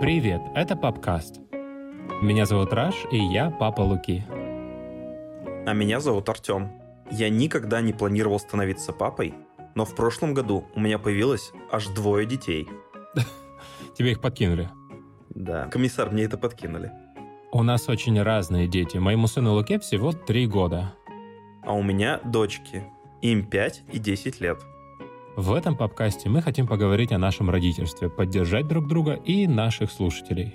Привет, это Папкаст. Меня зовут Раш, и я папа Луки. А меня зовут Артем. Я никогда не планировал становиться папой, но в прошлом году у меня появилось аж двое детей. Тебе их подкинули. Да, комиссар, мне это подкинули. У нас очень разные дети. Моему сыну Луке всего три года. А у меня дочки. Им 5 и 10 лет. В этом подкасте мы хотим поговорить о нашем родительстве, поддержать друг друга и наших слушателей.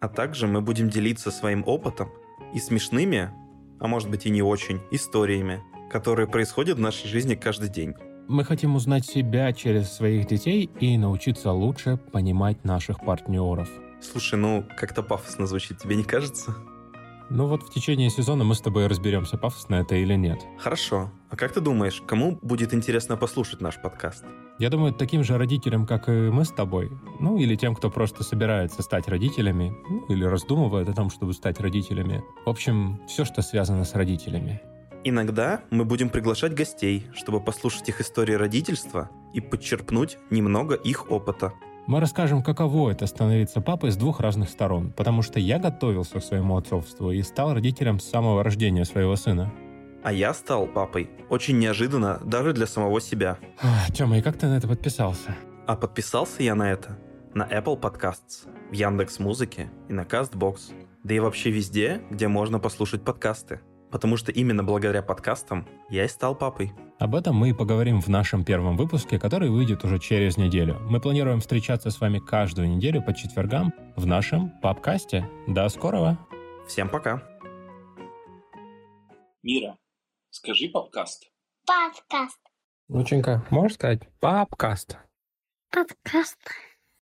А также мы будем делиться своим опытом и смешными, а может быть и не очень, историями, которые происходят в нашей жизни каждый день. Мы хотим узнать себя через своих детей и научиться лучше понимать наших партнеров. Слушай, ну как-то пафосно звучит, тебе не кажется? Ну вот в течение сезона мы с тобой разберемся, пафосно это или нет. Хорошо. А как ты думаешь, кому будет интересно послушать наш подкаст? Я думаю, таким же родителям, как и мы с тобой, ну или тем, кто просто собирается стать родителями, ну, или раздумывает о том, чтобы стать родителями. В общем, все, что связано с родителями. Иногда мы будем приглашать гостей, чтобы послушать их истории родительства и подчерпнуть немного их опыта. Мы расскажем, каково это становиться папой с двух разных сторон, потому что я готовился к своему отцовству и стал родителем с самого рождения своего сына. А я стал папой очень неожиданно даже для самого себя. Тёма, и как ты на это подписался? А подписался я на это на Apple Podcasts, в Яндекс Музыке и на Castbox, да и вообще везде, где можно послушать подкасты. Потому что именно благодаря подкастам я и стал папой. Об этом мы и поговорим в нашем первом выпуске, который выйдет уже через неделю. Мы планируем встречаться с вами каждую неделю по четвергам в нашем папкасте. До скорого! Всем пока! Мира, скажи подкаст. Подкаст. Лученька, можешь сказать? Папкаст. Подкаст.